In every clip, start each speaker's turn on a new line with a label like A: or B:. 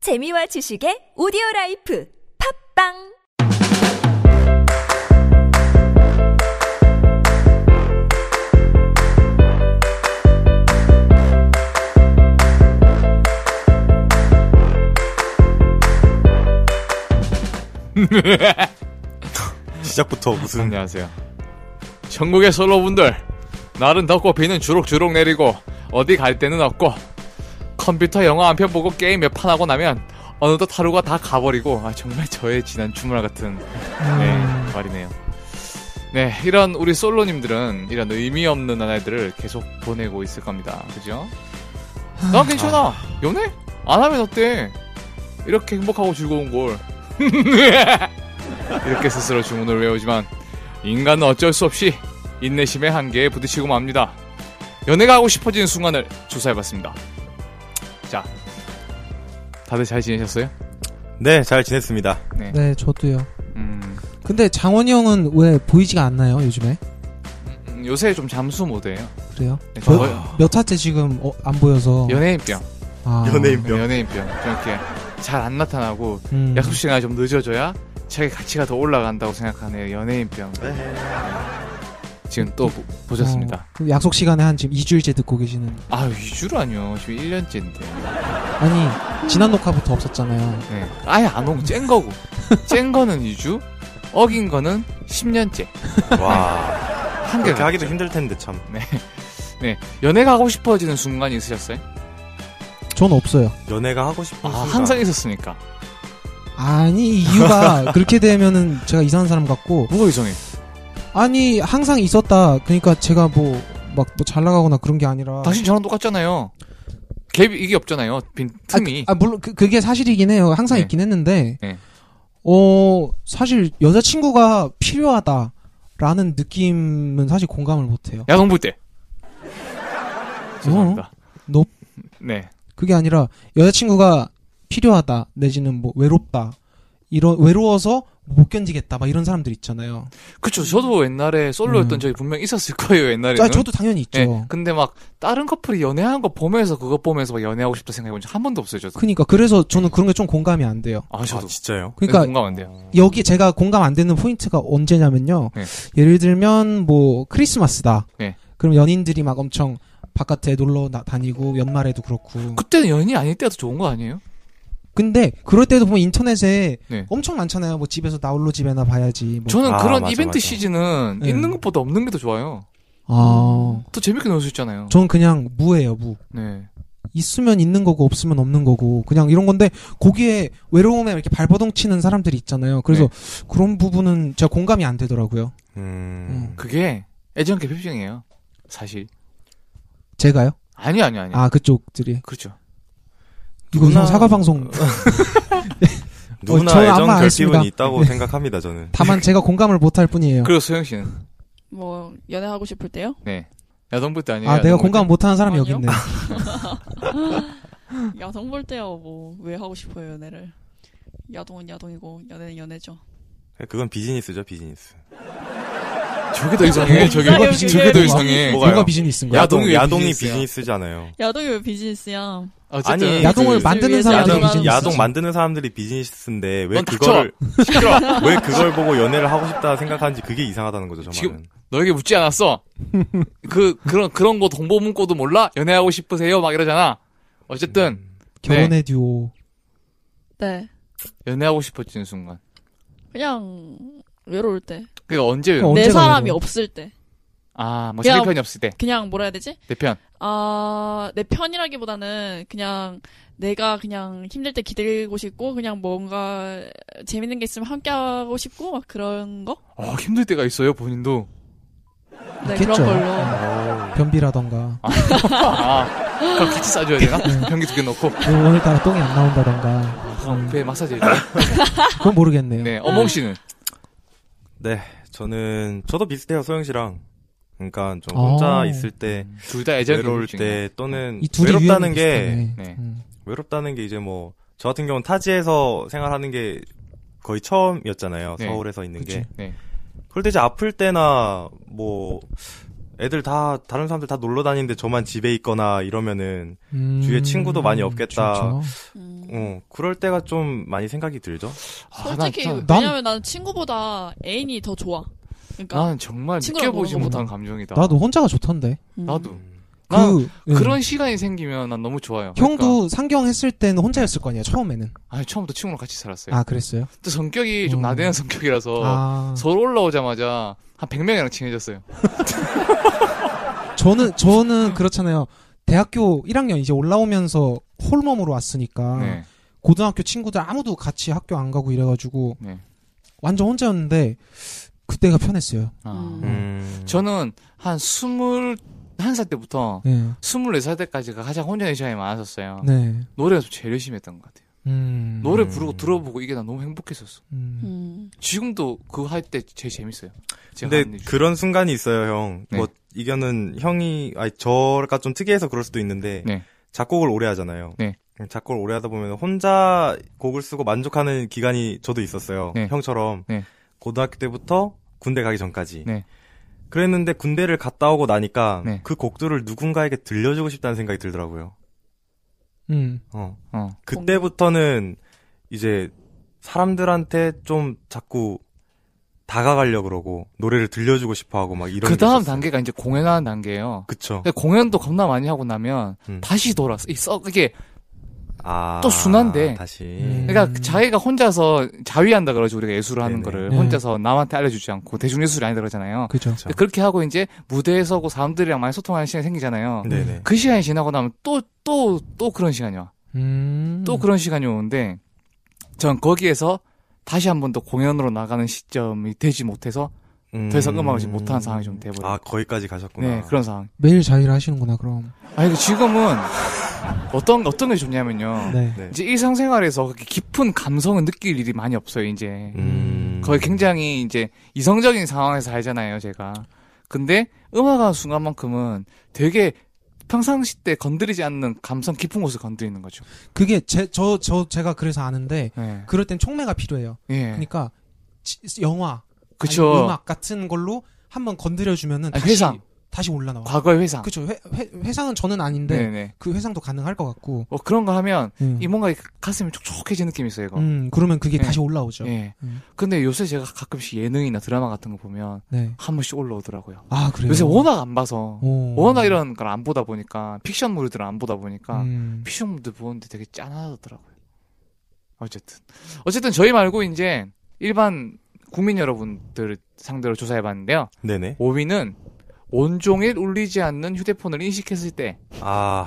A: 재미와 지식의 오디오 라이프 팝빵
B: 시작부터 무슨
C: 안녕하세요. 전국의 솔로분들, 날은 덥고 비는 주룩주룩 내리고 어디 갈 데는 없고 컴퓨터 영화 한 편 보고 게임 몇 판 하고 나면 어느덧 하루가 다 가버리고 아, 정말 저의 지난 주말 같은
B: 음.
C: 네, 말이네요. 네, 이런 우리 솔로님들은 이런 의미 없는 나날들을 계속 보내고 있을 겁니다. 그죠? 난 괜찮아. 연애? 안 하면 어때? 이렇게 행복하고 즐거운 걸. 이렇게 스스로 주문을 외우지만 인간은 어쩔 수 없이 인내심의 한계에 부딪히고 맙니다. 연애가 하고 싶어지는 순간을 조사해봤습니다. 자, 다들 잘 지내셨어요?
B: 네 잘 지냈습니다.
D: 네, 저도요.
C: 음,
D: 근데 장원이 형은 왜 보이지가 않나요, 요즘에?
C: 음, 요새 좀 잠수 모드예요.
D: 그래요?
C: 네, 저
D: 몇, 몇 화째 지금 어, 안 보여서.
C: 연예인병,
D: 아,
B: 연예인병.
C: 연예인병 좀 이렇게 잘 안 나타나고
D: 음.
C: 약속 시간이 좀 늦어져야 자기 가치가 더 올라간다고 생각하는 연예인병. 지금 또 보- 보셨습니다.
D: 네. 어, 그럼 약속 시간에 한 지금 2주일째 듣고 계시는.
C: 아, 2주로 아니요. 지금 1년째인데.
D: 아니, 지난 녹화부터 없었잖아요.
C: 네. 아예 안 오고 쨍 거고. 쨍 거는 2주, 어긴 거는 10년째.
D: 네.
B: 와
C: 한개
B: 그렇게 하기도 힘들 텐데 참.
C: 네. 연애가 하고 싶어지는 순간이 있으셨어요?
D: 전 없어요.
B: 연애가 하고 싶은
C: 아,
B: 순간.
C: 항상 있었으니까.
D: 아니, 이유가 그렇게 되면은 제가 이상한 사람 같고.
C: 뭐가 이상해?
D: 아니, 항상 있었다. 그러니까 제가 뭐, 막, 뭐 잘 나가거나 그런 게 아니라.
C: 당신 저랑 똑같잖아요. 갭, 이게 없잖아요. 빈
D: 아,
C: 틈이.
D: 아, 물론 그, 그게 사실이긴 해요. 항상
C: 네.
D: 있긴 했는데.
C: 네.
D: 어, 사실 여자친구가 필요하다라는 느낌은 사실 공감을 못 해요.
C: 야동 볼 때. 죄송합니다.
D: 높.
C: 네.
D: 그게 아니라 여자친구가 필요하다 내지는 뭐 외롭다. 이런 외로워서 못 견디겠다 막 이런 사람들 있잖아요.
C: 그쵸. 저도 옛날에 솔로였던
D: 음.
C: 적이 분명 있었을 거예요, 옛날에는.
D: 아, 저도 당연히 있죠.
C: 네. 근데 막, 다른 커플이 연애하는 거 보면서, 그거 보면서 막 연애하고 싶다 생각해본 적 한 번도 없어요, 저도.
D: 그러니까 그래서 저는 그런 게 좀 공감이 안 돼요.
C: 아,
B: 아
C: 저도.
B: 진짜요?
D: 그러니까
C: 공감 안 돼요.
D: 여기 제가 공감 안 되는 포인트가 언제냐면요.
C: 네.
D: 예를 들면 뭐 크리스마스다.
C: 네.
D: 그럼 연인들이 막 엄청 바깥에 놀러 나- 다니고 연말에도 그렇고.
C: 그때는 연인이 아닐 때도 좋은 거 아니에요?
D: 근데 그럴 때도 보면 인터넷에
C: 네.
D: 엄청 많잖아요. 뭐 집에서 나홀로 집에나 봐야지. 뭐.
C: 저는
B: 아,
C: 그런
B: 맞아,
C: 이벤트
B: 맞아.
C: 시즌은
D: 네.
C: 있는 것보다 없는 게 더 좋아요.
D: 아,
C: 더 재밌게 놀 수 있잖아요.
D: 저는 그냥 무예요 무.
C: 네.
D: 있으면 있는 거고 없으면 없는 거고 그냥 이런 건데 거기에 외로움에 이렇게 발버둥 치는 사람들이 있잖아요. 그래서
C: 네.
D: 그런 부분은 제가 공감이 안 되더라고요.
B: 음.
C: 그게 애정 개표증이에요. 사실.
D: 제가요?
C: 아니요, 아니요, 아니요.
D: 아 그쪽들이
C: 그렇죠.
D: 이거
B: 누나-
D: 사과 방송
B: 누구나
D: 어, 저는 아무
B: 애정
D: 안 했습니다. 네.
B: 결핍은 있다고 생각합니다 저는.
D: 다만 제가 공감을 못 할 뿐이에요.
C: 그리고 소영 씨는?
E: 뭐 연애하고 싶을 때요?
C: 네. 야동부 때 아니에요?
D: 아 내가
C: 야동부
D: 공감
C: 때?
D: 못 하는 사람이 여기
E: 아니요.
D: 있네.
E: 야동 볼 때요 뭐 왜 하고 싶어요 연애를? 야동은 야동이고 연애는 연애죠.
B: 그건 비즈니스죠 비즈니스.
C: 저게 더 이상해. 저게,
E: 뭐가요,
C: 저게,
E: 그게?
C: 더 이상해.
B: 뭐가요?
D: 누가 비즈니스인 거야?
C: 야, 야동이
B: 야동
C: 왜
B: 야동이
C: 비즈니스야?
B: 비즈니스잖아요.
E: 야동이 왜 비즈니스야?
C: 어쨌든
B: 아니,
D: 야동을
B: 그-
D: 만드는 사람이
E: 야동-
D: 비즈니스.
B: 야동 만드는 사람들이 비즈니스인데 왜
C: 넌
B: 그거를 왜 그걸 보고 연애를 하고 싶다 생각하는지 그게 이상하다는 거죠 저만은.
C: 너에게 묻지 않았어. 그, 그런, 그런 거 동보 문고도 몰라? 연애하고 싶으세요? 막 이러잖아. 어쨌든,
D: 결혼의 듀오.
E: 네.
C: 연애하고 싶어지는 순간.
E: 그냥 외로울 때.
C: 그니까 그러니까 언제,
D: 그럼
C: 외로워?
E: 내
D: 언제가
E: 사람이
D: 외로워?
E: 없을 때.
C: 아, 뭐, 자기
E: 그냥-
C: 편이 없을 때.
E: 그냥 뭐라 해야 되지?
C: 내 편.
E: 아, 내 편이라기보다는 그냥 내가 그냥 힘들 때 기대고 싶고 그냥 뭔가 재밌는 게 있으면 함께 하고 싶고 막 그런 거?
C: 어, 힘들 때가 있어요, 본인도.
E: 네,
D: 있겠죠.
E: 그런 걸로.
D: 변비라던가
C: 아, 그럼 같이 싸줘야 되나?
D: 네.
C: 음, 변기 두 개 넣고,
D: 그리고 오늘따라 똥이 안 나온다던가
C: 아, 그럼 배에 마사지 해줘.
D: 그건 모르겠네요.
C: 네, 어몽 씨는.
B: 저는 저도 비슷해요 소영 씨랑. 그러니까 좀
D: 어.
B: 혼자 있을 때
C: 둘 다 애정
B: 외로울
C: 기분증.
B: 때 또는
D: 이 둘이
B: 외롭다는
D: 유형이
B: 게
D: 비슷하네.
C: 네.
D: 음.
B: 외롭다는 게 이제 뭐 저 같은 경우는 타지에서 생활하는 게 거의 처음이었잖아요.
C: 네.
B: 서울에서 있는
D: 그치.
B: 게.
C: 네.
B: 그럴 때 이제 아플 때나 뭐 애들 다 다른 사람들 다 놀러 다니는데 저만 집에 있거나 이러면은
D: 음,
B: 주위에 친구도 많이 없겠다.
D: 그렇죠.
E: 음.
B: 어, 그럴 때가 좀 많이 생각이 들죠.
C: 아, 난,
E: 솔직히
C: 참-
D: 난-
E: 왜냐면 나는 친구보다 애인이 더 좋아. 그러니까
C: 난 정말
E: 친구랑
C: 느껴보지
E: 보는
C: 못한 감정이다.
D: 나도 혼자가 좋던데.
E: 음.
C: 나도. 난
D: 그 예.
C: 그렇죠. 아, 그런 시간이 생기면 난 너무 좋아요. 그러니까,
D: 형도 상경했을 때는 혼자였을 거 아니에요. 처음에는.
C: 아니 처음부터 친구랑 같이 살았어요.
D: 아 그랬어요.
C: 또 성격이 좀
D: 음.
C: 나대는 성격이라서
D: 아
C: 서울 올라오자마자 한 100명이랑 친해졌어요.
D: 저는 저는 그렇잖아요. 대학교 1학년 이제 올라오면서 홀몸으로 왔으니까
C: 네.
D: 고등학교 친구들 아무도 같이 학교 안 가고 이래가지고
C: 네.
D: 완전 혼자였는데 그때가 편했어요.
C: 아.
E: 음.
B: 음.
C: 저는 한 21살 때부터
D: 네.
C: 24살 때까지가 가장 혼자의 시간이 많았었어요.
D: 네.
C: 노래 연습 제일 열심히 했던 것 같아요.
D: 음.
C: 아. 노래
B: 음.
C: 부르고 들어보고 이게 나 너무 행복했었어.
D: 음.
E: 음.
C: 지금도 그거 할 때 제일 재밌어요. 제가
B: 근데
C: 하는 일 중에.
B: 그런 순간이 있어요, 형.
C: 네.
B: 뭐 이거는 형이 아니 저가 좀 특이해서 그럴 수도 있는데
C: 네.
B: 작곡을 오래 하잖아요. 음,
C: 네.
B: 작곡을 오래 하다 보면 혼자 곡을 쓰고 만족하는 기간이 저도 있었어요.
C: 네.
B: 형처럼
C: 네.
B: 고등학교 때부터 군대 가기 전까지.
C: 네.
B: 그랬는데 군대를 갔다 오고 나니까
C: 네.
B: 그 곡들을 누군가에게 들려주고 싶다는 생각이 들더라고요.
D: 음.
B: 어.
C: 어.
B: 그때부터는 이제 사람들한테 좀 자꾸 다가가려고 그러고 노래를 들려주고 싶어 하고 막 이런 게
C: 그 다음
B: 있었어요.
C: 단계가 이제 공연하는 단계예요.
B: 그쵸.
C: 근데 공연도 겁나 많이 하고 나면
B: 음.
C: 다시 돌아서 이 썩 이게
B: 아,
C: 또 순환돼.
B: 다시.
D: 음.
C: 그러니까 자기가 혼자서 자위한다 그러죠 우리가 예술을 하는
B: 네네.
C: 거를
D: 네.
C: 혼자서 남한테 알려주지 않고 대중 예술이 아니다 그러잖아요.
D: 그죠.
B: 그쵸.
C: 근데 그렇게 하고 이제 무대에 서고 사람들이랑 많이 소통하는 시간이 생기잖아요.
B: 네네.
C: 그 시간이 지나고 나면 또 또 또 그런 시간이 와.
D: 음.
C: 또 그런 시간이 오는데 전 거기에서 다시 한 번 더 공연으로 나가는 시점이 되지 못해서 더 이상 음악을 지금 못하는 상황이 좀 돼버려요.
B: 아, 거기까지 가셨구나.
C: 네 그런 상황.
D: 매일 자위를 하시는구나 그럼.
C: 아니 근데 지금은 어떤 어떤 게 좋냐면요.
D: 네.
B: 네.
C: 이제 일상생활에서 그렇게 깊은 감성을 느낄 일이 많이 없어요 이제.
B: 음.
C: 거의 굉장히 이제 이성적인 상황에서 살잖아요, 제가. 근데 음악하는 순간만큼은 되게 평상시 때 건드리지 않는 감성 깊은 곳을 건드리는 거죠.
D: 그게 제 저 저 제가 그래서 아는데
C: 예.
D: 그럴 땐 총매가 필요해요.
C: 예.
D: 그러니까 지- 영화, 아니면
C: 그쵸.
D: 음악 같은 걸로 한번 건드려 주면은
C: 아니,
D: 다시
C: 회상.
D: 다시 올라 나와.
C: 과거의 회상.
D: 그쵸 회, 회, 회상은 저는 아닌데
C: 네네.
D: 그 회상도 가능할 것 같고.
C: 뭐 그런 거 하면
D: 음.
C: 이 뭔가 이 가슴이 촉촉해지는 느낌이 있어요, 이거.
D: 음, 그러면 그게
C: 네.
D: 다시 올라오죠.
C: 예.
D: 음.
C: 근데 요새 제가 가끔씩 예능이나 드라마 같은 거 보면
D: 네.
C: 한 번씩 올라오더라고요.
D: 아, 그래요. 어.
C: 요새 워낙 안 봐서
D: 오.
C: 워낙 이런 걸 안 보다 보니까 픽션물들을 안 보다 보니까
D: 음.
C: 피셜물들 보는데 되게 짠하더라고요. 어쨌든. 어쨌든 저희 말고 이제 일반 국민 여러분들 상대로 조사해봤는데요.
B: 네네.
C: 5위는 온종일 울리지 않는 휴대폰을 인식했을 때.
B: 아,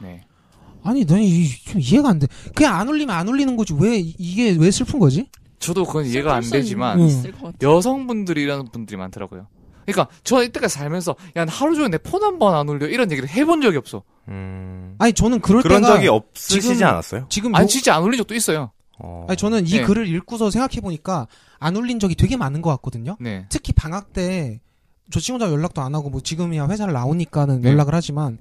C: 네.
D: 아니, 난좀 이해가 안 돼. 그냥 안 울리면 안 울리는 거지. 왜 이- 이게 왜 슬픈 거지?
C: 저도 그건 이해가 안
E: 솔루션이
C: 되지만
D: 음.
E: 있을 것 같아.
C: 여성분들이라는 분들이 많더라고요. 그러니까 저 이때까지 살면서 야, 나 하루 종일 내 폰 한 번 안 울려 이런 얘기를 해본 적이 없어.
B: 음.
D: 아니, 저는 그럴
B: 그런
D: 때가
B: 적이 없으시지
D: 지금-
B: 않았어요?
D: 지금
C: 아니
D: 요-
C: 진짜 안 울린 적도 있어요.
B: 어.
D: 아니, 저는 이
C: 네.
D: 글을 읽고서 생각해 보니까 안 울린 적이 되게 많은 것 같거든요.
C: 네.
D: 특히 방학 때 저 친구들 연락도 안 하고 뭐 지금이야 회사를 나오니까는
C: 네.
D: 연락을 하지만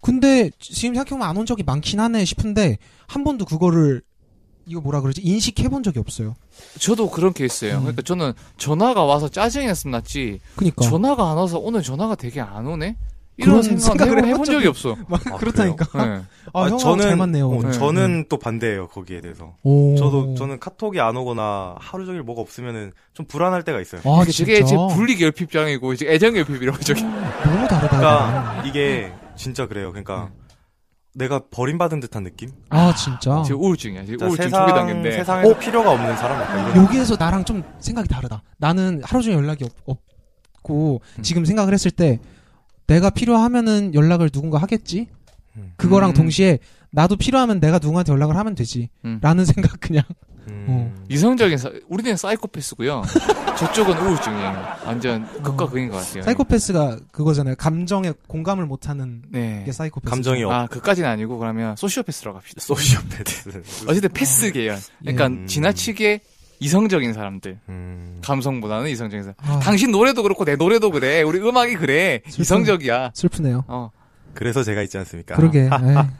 D: 근데 지금 생각해보면 안 온 적이 많긴 하네 싶은데 한 번도 그거를 이거 뭐라 그러지 인식해본 적이 없어요.
C: 저도 그런 케이스예요.
D: 음.
C: 그러니까 저는 전화가 와서 짜증이 났으면 낫지
D: 그니까
C: 전화가 안 와서 오늘 전화가 되게 안 오네? 이런
D: 그런
C: 생각을
D: 생각을
C: 해본, 해본
D: 해본
C: 적이 없어.
D: 막
B: 아,
D: 그렇다니까.
C: 네.
D: 아, 형하고 잘 맞네요.
B: 어,
D: 오늘.
B: 저는 또 반대예요, 거기에 대해서.
D: 오.
B: 저도, 저는 카톡이 안 오거나 하루 종일 뭐가 없으면은 좀 불안할 때가 있어요.
D: 아,
C: 이게
D: 진짜
C: 저게 이제 분리 결핍장이고 이제 애정 결핍이라고 저기.
D: 너무 다르다.
B: 그러니까
D: 이거는.
B: 이게 진짜 그래요. 그러니까 내가 버림받은 듯한 느낌?
D: 아 진짜.
C: 지금 우울증이야. 지금
B: 그러니까
C: 우울증 초기
B: 세상,
C: 단계인데.
B: 세상에서
D: 어?
B: 필요가 없는 사람 같다. 이런.
D: 여기에서 나랑 좀 생각이 다르다. 나는 하루 종일 연락이 없, 고
C: 음.
D: 지금 생각을 했을 때 내가 필요하면은 연락을 누군가 하겠지.
B: 음.
D: 그거랑
C: 음.
D: 동시에 나도 필요하면 내가 누군가한테 연락을 하면 되지.
C: 음.
D: 라는 생각 그냥. 어.
B: 음.
C: 이성적인 사, 우리는 사이코패스고요. 저쪽은 우울증이에요. 완전 극과 극인 것
B: 예.
C: 같아요.
D: 사이코패스가 그거잖아요. 감정에 공감을 못하는
C: 네.
D: 게 사이코패스.
B: 예. 감정이 없.
C: 아, 그까지는 아니고 그러면 소시오패스로 갑시다.
B: 소시오패드.
C: 어쨌든
B: 아.
C: 패스 계열. 그러니까
B: 음.
C: 지나치게 이성적인 사람들.
B: 음.
C: 감성보다는 이성적인 사람.
D: 아,
C: 당신 노래도 그렇고 내 노래도 그래. 우리 음악이 그래.
D: 슬픈-
C: 이성적이야.
D: 슬프네요.
C: 어. 그
B: 그래서 제가 있지 않습니까?
D: 그러게. 예. 에이,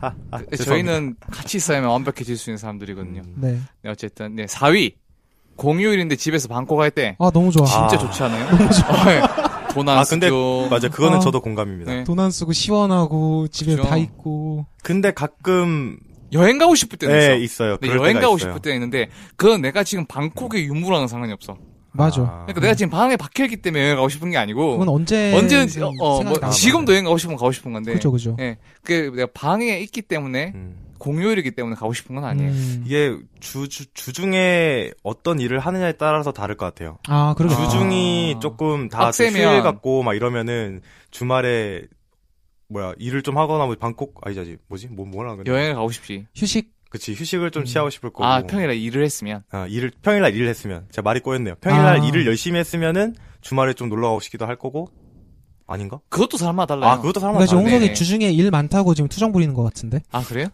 B: 아, 죄송합니다.
C: 저희는 같이 싸우면 완벽해질 수 있는 사람들이거든요.
B: 음.
D: 네.
C: 네, 어쨌든 네, 4위 공휴일인데 집에서 방콕할 때
D: 아 너무 좋아.
B: 아.
C: 진짜 좋지 않아요? 어, 네. 너무 좋아. 돈안
B: 아, 근데
C: 쓰죠.
B: 맞아. 그거는
D: 아.
B: 저도 공감입니다.
C: 네.
D: 돈 안 쓰고 시원하고 집에
C: 그죠.
D: 다 있고.
B: 근데 가끔
C: 여행 가고 싶을 때는
B: 네,
C: 있어.
B: 있어요.
C: 근데
B: 그럴
C: 여행
B: 때가
C: 가고
B: 있어요.
C: 싶을 때는 있는데 그건 내가 지금 방콕의 유무랑은 상관이 없어.
D: 맞아.
B: 아.
C: 그러니까 내가 지금 방에 박혀 있기 때문에 여행 가고 싶은 게 아니고
D: 그건 언제
C: 언제든지 어, 어,
D: 생각이
C: 뭐
D: 나나.
C: 지금도 여행 가고 싶으면 가고 싶은 건데
D: 그죠 그죠.
C: 예, 그게 내가 방에 있기 때문에
B: 음.
C: 공휴일이기 때문에 가고 싶은 건 아니에요.
D: 음.
B: 이게 주, 주, 주중에 어떤 일을 하느냐에 따라서 다를 것 같아요.
D: 아 그러게.
C: 아.
B: 주중이 조금 다
C: 빡세면.
B: 휴일 같고 막 이러면은 주말에 뭐야 일을 좀 하거나 뭐 방콕 아니지 뭐지 뭐 뭐라 그래
C: 여행을 가고 싶지.
D: 아, 휴식.
B: 그치 휴식을 좀
D: 음.
B: 취하고 싶을 거고 뭐.
C: 아 평일에 일을 했으면
B: 아, 일을 평일날 일을 했으면 제가 말이 꼬였네요 평일날
D: 아.
B: 일을 열심히 했으면은 주말에 좀 놀러 가고 싶기도 할 거고 아닌가
C: 그것도 사람마다 달라요.
B: 아 그것도 사람마다
D: 그러니까 지금
B: 다르네
C: 홍석-
D: 홍석이
C: 네.
D: 주중에 일 많다고 지금 투정 부리는 것 같은데
C: 아, 그래요?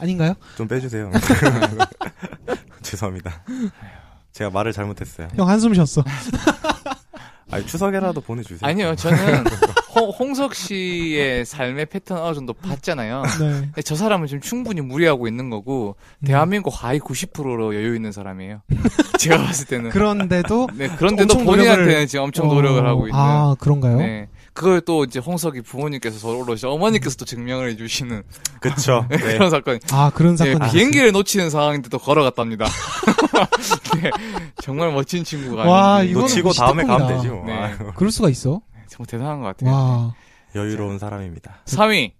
D: 아닌가요?
B: 좀 빼주세요 죄송합니다 제가 말을 잘못했어요
D: 네. 형 한숨 쉬었어.
B: 아니 추석에라도 보내주세요
C: 아니요, 저는 홍, 홍석 씨의 삶의 패턴 어느 정도 봤잖아요.
D: 네.
C: 근데 저 사람은 지금 충분히 무리하고 있는 거고
D: 음.
C: 대한민국 하위 90%로 여유 있는 사람이에요. 제가 봤을 때는.
D: 그런데도
C: 네, 그런데도
D: 엄청
C: 본인한테는
D: 노력을-
C: 지금 엄청 노력을
D: 어,
C: 하고 있는.
D: 아 그런가요?
C: 네. 그걸 또 이제 홍석이 부모님께서 서로 올라오시죠. 어머니께서 또 증명을 해주시는
B: 그쵸 네.
C: 그런 사건.
D: 아 그런
C: 네,
D: 사건이 있었어요.
C: 비행기를 놓치는 상황인데 또 걸어갔답니다. 네, 정말 멋진 친구가.
D: 와,
C: 아닌지.
D: 이거는
B: 너 치고
D: 뭐
B: 다음에 가면
D: 시대품이다.
B: 되지 뭐
C: 네.
B: 아유,
D: 그럴 수가 있어?
C: 정말 대단한 것 같아요.
D: 와.
B: 여유로운 사람입니다
C: 3위.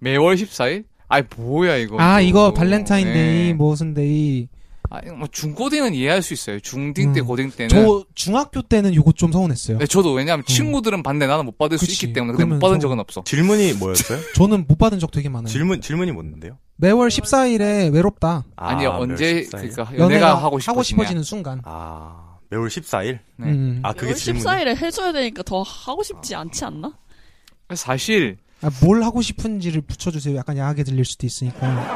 C: 매월 14일? 아이, 뭐야, 이거.
D: 아
C: 또.
D: 이거 발렌타인데이 뭐.
C: 네.
D: 무슨데이.
C: 아, 이거 뭐, 중고딩은 이해할 수 있어요. 중딩 때,
D: 음.
C: 고딩 때는.
D: 저 중학교 때는 요거 좀 서운했어요.
C: 네, 저도 왜냐면 친구들은 받는데 나는 못 받을
D: 그치.
C: 수 있기 때문에 근데 못
D: 그러면
C: 받은
D: 저-
C: 적은 없어.
B: 질문이 뭐였어요
D: 저는 못 받은 적 되게 많아요.
B: 질문 질문이 뭔데요
D: 매월 14일에 외롭다.
B: 아,
C: 아, 니
B: 매월
C: 언제
B: 14일?
C: 그러니까 연애가,
D: 연애가
C: 하고 싶어지냐.
D: 싶어지는 순간.
B: 아 매월 14일
C: 네.
D: 음.
B: 아 그게 질문
E: 14일에 해줘야 되니까 더 하고 싶지
C: 아.
E: 않지 않나?
C: 사실
D: 아, 뭘 하고 싶은지를 붙여주세요. 약간 야하게 들릴 수도 있으니까.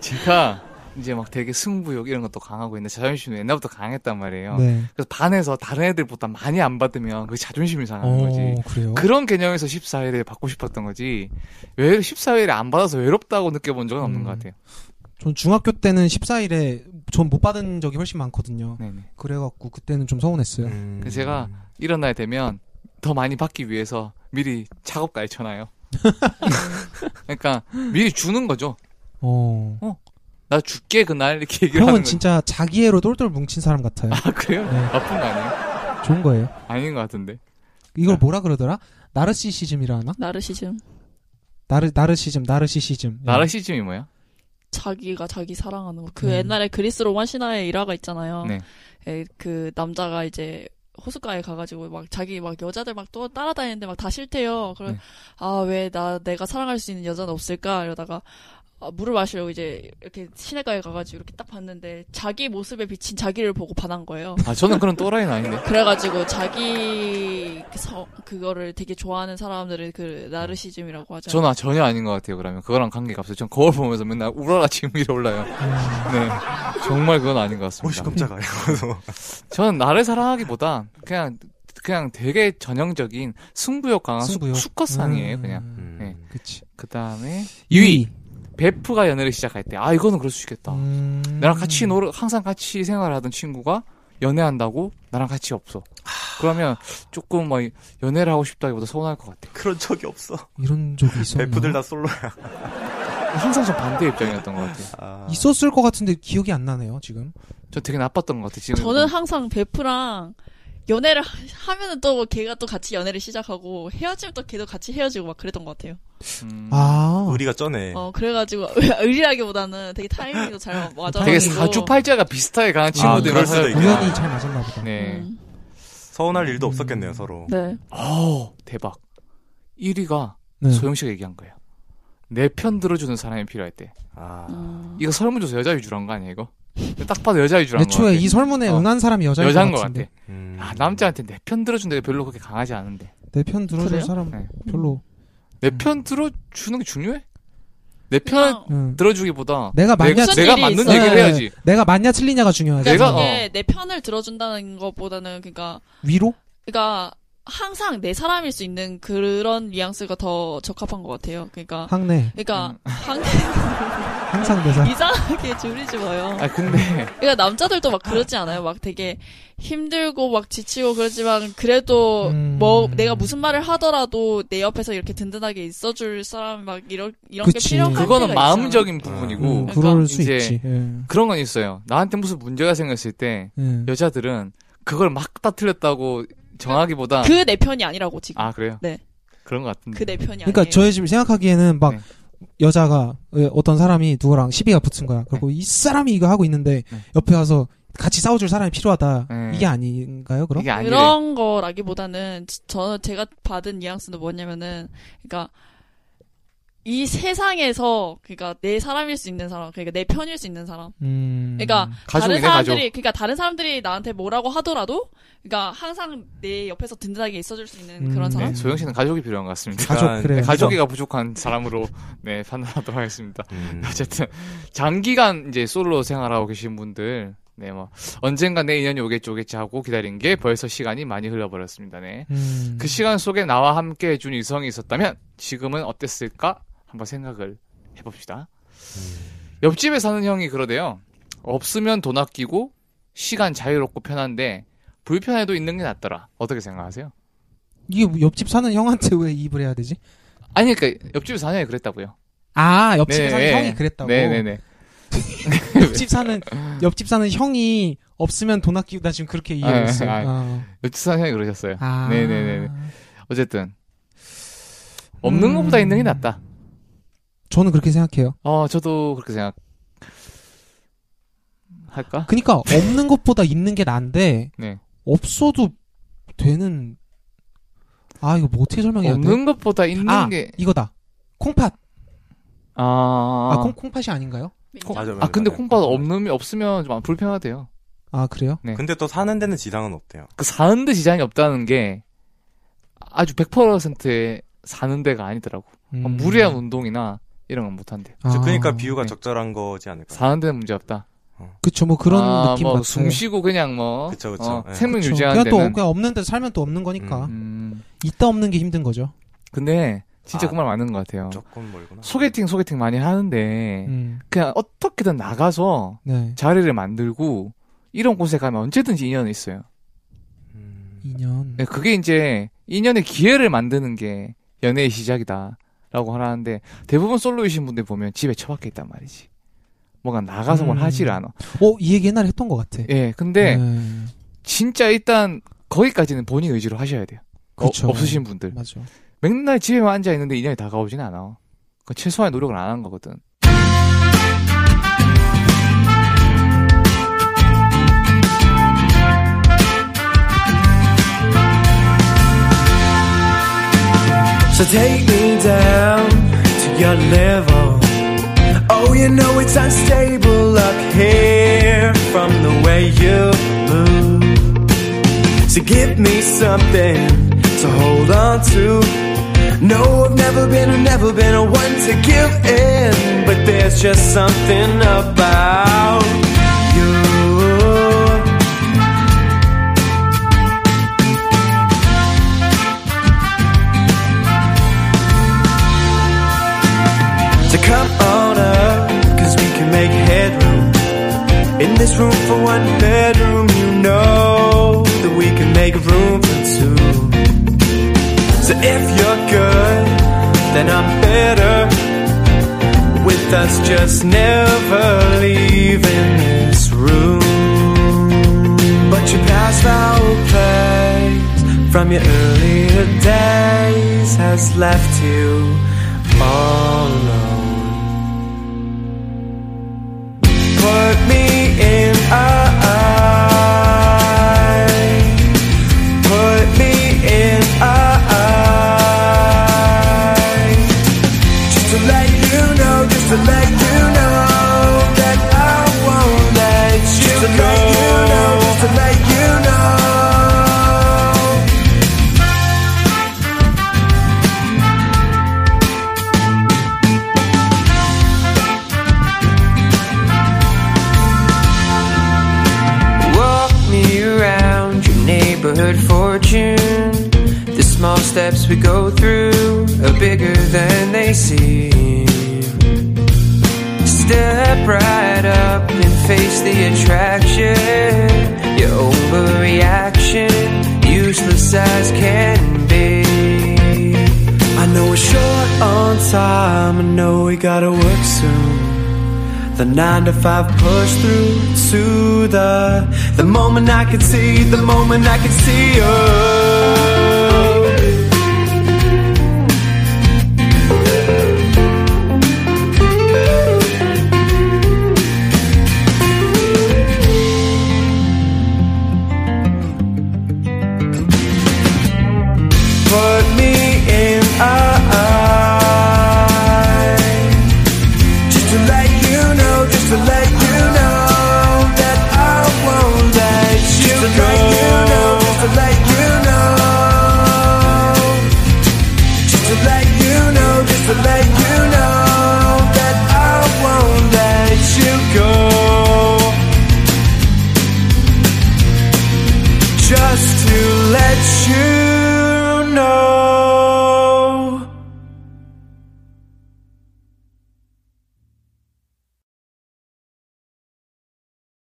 C: 제가 이제 막 되게 승부욕 이런 것도 강하고 있는데 자존심이 옛날부터 강했단 말이에요.
D: 네.
C: 그래서 반에서 다른 애들보다 많이 안 받으면 그게 아, 자존심이 상하는 거지.
D: 어, 그래요.
C: 그런 개념에서 14일에 받고 싶었던 거지. 왜 14일에 안 받아서 외롭다고 느껴본 적은 없는
D: 음.
C: 것 같아요.
D: 전 중학교 때는 14일에 전 못 받은 적이 훨씬 많거든요.
C: 네네.
D: 그래갖고 그때는 좀 서운했어요.
B: 음.
C: 그 제가 이런 날 되면 더 많이 받기 위해서 미리 작업까지 쳐놔요. 그러니까 미리 주는 거죠.
D: 어.
C: 나 줄게 그날 이렇게 얘기를 하는
D: 형은
C: 거죠.
D: 진짜 자기애로 똘똘 뭉친 사람 같아요.
C: 아 그래요?
D: 네.
C: 나쁜 거 아니에요?
D: 좋은 거예요.
C: 아닌 것 같은데.
D: 이걸
C: 네.
D: 뭐라 그러더라? 나르시시즘이라 하나?
E: 나르시즘.
D: 나르 나르시즘, 나르시시즘. 네.
C: 나르시즘이 뭐야?
E: 자기가 자기 사랑하는 거. 그
D: 음.
E: 옛날에 그리스 로마 신화의 일화가
D: 어.
E: 있잖아요.
C: 네.
E: 에, 그 남자가 이제 호숫가에 가가지고 막 자기 막 여자들 막 또 따라다니는데 막 다 싫대요. 그래
C: 네.
E: 아왜 나 내가 사랑할 수 있는 여자는 없을까 이러다가 아, 물을 마시려고 이제 이렇게 시내가에 가가지고 이렇게 딱 봤는데 자기 모습에 비친 자기를 보고 반한 거예요.
C: 아 저는 그런 또라이는 아닌데.
E: 그래가지고 자기 성 그거를 되게 좋아하는 사람들을 그 나르시즘이라고 하잖아요.
C: 저는 전혀 아닌 것 같아요. 그러면 그거랑 관계가 없어요. 전 거울 보면서 맨날 울어라 지금 위로 올라요.
D: 음.
C: 네, 정말 그건 아닌 것
B: 어, 오씨
C: 같습니다.
B: 깜짝아 이러면서
C: 저는 나를 사랑하기보다 그냥 그냥 되게 전형적인 승부욕 강한
D: 승부욕.
C: 수컷상이에요. 그냥 네.
B: 음.
D: 그치.
C: 그 다음에 2위 베프가 연애를 시작할 때 아 이거는 그럴 수 있겠다.
D: 음.
C: 나랑 같이 놀 항상 같이 생활하던 친구가 연애한다고 나랑 같이 없어. 그러면 조금 막 연애를 하고 싶다기보다 서운할 것 같아.
B: 그런 적이 없어
D: 이런 적이 있었나?
B: 베프들 다 솔로야
C: 항상 좀 반대 의 입장이었던 것 같아요.
B: 아.
D: 있었을 것 같은데 기억이 안 나네요 지금.
C: 저 되게 나빴던 것 같아요. 지금
E: 저는 항상 베프랑 연애를 하- 하면은 또 걔가 또 같이 연애를 시작하고 헤어지면 또 걔도 같이 헤어지고 막 그랬던 것 같아요.
C: 음,
D: 아
B: 우리가 쩌네
E: 어 그래가지고 의리라기보다는 되게 타이밍도 잘 맞아서
C: 되게 사주팔자가 비슷하게
D: 아,
C: 가는
B: 그럴
C: 친구들만
B: 수도
C: 사귀었구나.
D: 우연히 잘 맞았나 보다.
C: 네.
E: 음.
B: 서운할 일도 없었겠네요 서로
E: 네.
C: 어 대박. 1위가
D: 네.
C: 소영 씨가 얘기한 거예요. 내 편 들어주는 사람이 필요할 때.
B: 아.
E: 음.
C: 이거 설문조사 여자 위주로 한 거 아니에요 이거? 딱 봐도 여자 위주로 한거
D: 애초에 이 설문에
C: 어.
D: 응한 사람이 여자인
C: 여자인
D: 것
C: 것
D: 같은데.
C: 같아.
B: 음.
C: 아, 남자한테 내 편 들어준 데가 별로 그렇게 강하지 않은데.
D: 내 편 들어줄
E: 그래요?
D: 사람
C: 네.
D: 별로. 음.
C: 내 편 들어주는 게 중요해? 내 편
E: 그냥
D: 응.
C: 들어주기보다
D: 네. 내가
C: 내가,
D: 맞냐
E: 무슨
C: 내가
E: 일이
C: 맞는
E: 있어요?
C: 얘기를
D: 네.
C: 해야지. 어.
D: 내가 맞냐 틀리냐가 중요하지. 네.
E: 그러니까
C: 내가-
E: 이게 내 편을 들어준다는 것보다는 그러니까
D: 위로?
E: 그러니까 항상 내 사람일 수 있는 그런 뉘앙스가 더 적합한 것 같아요. 그러니까
D: 항내
C: 음.
E: 그러니까 항
D: 항상 대사
E: 이상하게 줄이지 마요.
C: 아 근데
E: 그러니까 남자들도 막 그러지 않아요. 막 되게 힘들고 막 지치고 그러지만 그래도
D: 음.
E: 뭐 내가 무슨 말을 하더라도 내 옆에서 이렇게 든든하게 있어줄 사람 막 이런 이런
D: 그치.
E: 게 필요한
C: 그거는
E: 때가 있잖아.
C: 마음적인 부분이고
D: 음, 그럴 수
C: 이제
D: 있지. 예.
C: 그런 건 있어요. 나한테 무슨 문제가 생겼을 때
D: 예.
C: 여자들은 그걸 막 다 틀렸다고 정하기보다
E: 그 내 편이 아니라고 지금
C: 아 그래요?
E: 네.
C: 그런 것 같은데.
E: 그 내 편이
D: 그러니까
E: 아니에요.
D: 저의 지금 생각하기에는 막
C: 네.
D: 여자가 어, 어떤 사람이 누구랑 시비가 붙은 거야. 그리고 이 사람이 이거 하고 있는데
C: 네.
D: 옆에 와서 같이 싸워줄 사람이 필요하다.
C: 네.
D: 이게 아닌가요? 그럼?
C: 이게 아니래.
E: 그런 거라기보다는 지- 저 제가 받은 뉘앙스는 뭐냐면은 그러니까 이 세상에서 그러니까 내 사람일 수 있는 사람 그러니까 내 편일 수 있는 사람
D: 음.
E: 그러니까
C: 가족이네,
E: 다른
C: 가족.
E: 사람들이 그러니까 다른 사람들이 나한테 뭐라고 하더라도 그러니까 항상 내 옆에서 든든하게 있어줄 수 있는
D: 음,
E: 그런
C: 네,
E: 사람.
C: 소영 씨는 가족이 필요한 것 같습니다.
D: 가족 그래요.
C: 네,
D: 그래서-
C: 가족이가 부족한 사람으로 네 판단하도록 하겠습니다.
B: 음.
C: 어쨌든 장기간 이제 솔로 생활하고 계신 분들 네 뭐 언젠가 내 인연이 오겠지 오겠지 하고 기다린 게 벌써 시간이 많이 흘러버렸습니다. 네.
D: 음.
C: 그 시간 속에 나와 함께 해준 이성이 있었다면 지금은 어땠을까 한번 생각을 해봅시다. 옆집에 사는 형이 그러대요. 없으면 돈 아끼고 시간 자유롭고 편한데 불편해도 있는 게 낫더라. 어떻게 생각하세요?
D: 이게 뭐 옆집 사는 형한테 왜 입을 해야 되지?
C: 아니 그러니까 옆집에 사는 형이 그랬다고요.
D: 아 옆집 사는
C: 네,
D: 형이 그랬다고.
C: 네네네.
D: 옆집 사는 옆집 사는 형이 없으면 돈 아끼고 나 지금 그렇게 이해했어.
C: 아,
D: 아,
C: 옆집 사는 형이 그러셨어요.
D: 아.
C: 네네네. 어쨌든 없는
D: 음.
C: 것보다 있는 게 낫다.
D: 저는 그렇게 생각해요.
C: 어 저도 그렇게 생각. 할까?
D: 그러니까 없는 것보다 있는 게 난데
C: 네.
D: 없어도 되는 아 이거 뭐 어떻게 설명해야 돼?
C: 없는 것보다 있는
D: 아
C: 게
D: 이거다 콩팥
C: 아,
D: 아, 콩, 콩팥이 아닌가요?
E: 네.
B: 맞아,
D: 네,
B: 맞아,
C: 아 근데
B: 맞아.
C: 콩팥
D: 그렇죠.
C: 없는 없으면 좀 불편하대요.
D: 아 그래요?
B: 근데 또 사는 데는 지장은 없대요.
C: 그 사는데 지장이 없다는 게 아주 100%의 사는 데가 아니더라고.
D: 음.
C: 무리한 운동이나 이런 건 못한대.
D: 아,
B: 그러니까 비유가
C: 네.
B: 적절한 거지 않을까.
C: 사는 데는 문제 없다.
D: 그쵸 뭐 그런
C: 아,
D: 느낌
C: 뭐
D: 같아요.
C: 숨쉬고 그냥 뭐
B: 그쵸, 그쵸.
C: 어,
B: 예.
C: 생명
D: 그쵸.
C: 유지하는
D: 그냥 또
C: 데는.
D: 그냥 없는데 살면 또 없는 거니까
C: 음,
D: 있다 없는 게 힘든 거죠.
C: 근데 진짜
B: 아,
C: 그 말 맞는 것 같아요.
B: 조금 멀구나.
C: 소개팅 소개팅 많이 하는데
D: 음.
C: 그냥 어떻게든 나가서
D: 네
C: 자리를 만들고 이런 곳에 가면 언제든지 인연이 있어요.
B: 음.
D: 2년
C: 네, 그게 이제 인연의 기회를 만드는 게 연애의 시작이다라고 하는데 대부분 솔로이신 분들 보면 집에 처박혀 있단 말이지. 뭔가 나가서 뭘
D: 음.
C: 하지를 않아.
D: 어이 얘기 옛날에 했던 것 같아.
C: 예, 근데
D: 네.
C: 진짜 일단 거기까지는 본인 의지로 하셔야 돼요. 어,
D: 그쵸.
C: 없으신 분들.
D: 맞아.
C: 맨날 집에만 앉아 있는데 인연이 다가오지는 않아. 그 최소한의 노력을 안 한 거거든.
F: So take me down to your level. Oh, you know it's unstable up here from the way you move. So give me something to hold on to. No, I've never been, I've never been a one to give in, but there's just something about you. So come on up, cause we can make headroom. In this room for one bedroom, you know that we can make room for two. So if you're good, then I'm better. With us just never leaving this room. But you past foul plays from your earlier days has left you all alone. Put me in a eye. Put me in a eye. Just to let you know, just to let you know that I won't let you just to Let you know, just to let you know. steps we go through are bigger than they seem. Step right up and face the attraction. Your overreaction, useless as can be. I know we're short on time, I know we gotta work soon. The nine to five push through to the the moment I can see, the moment I can see her.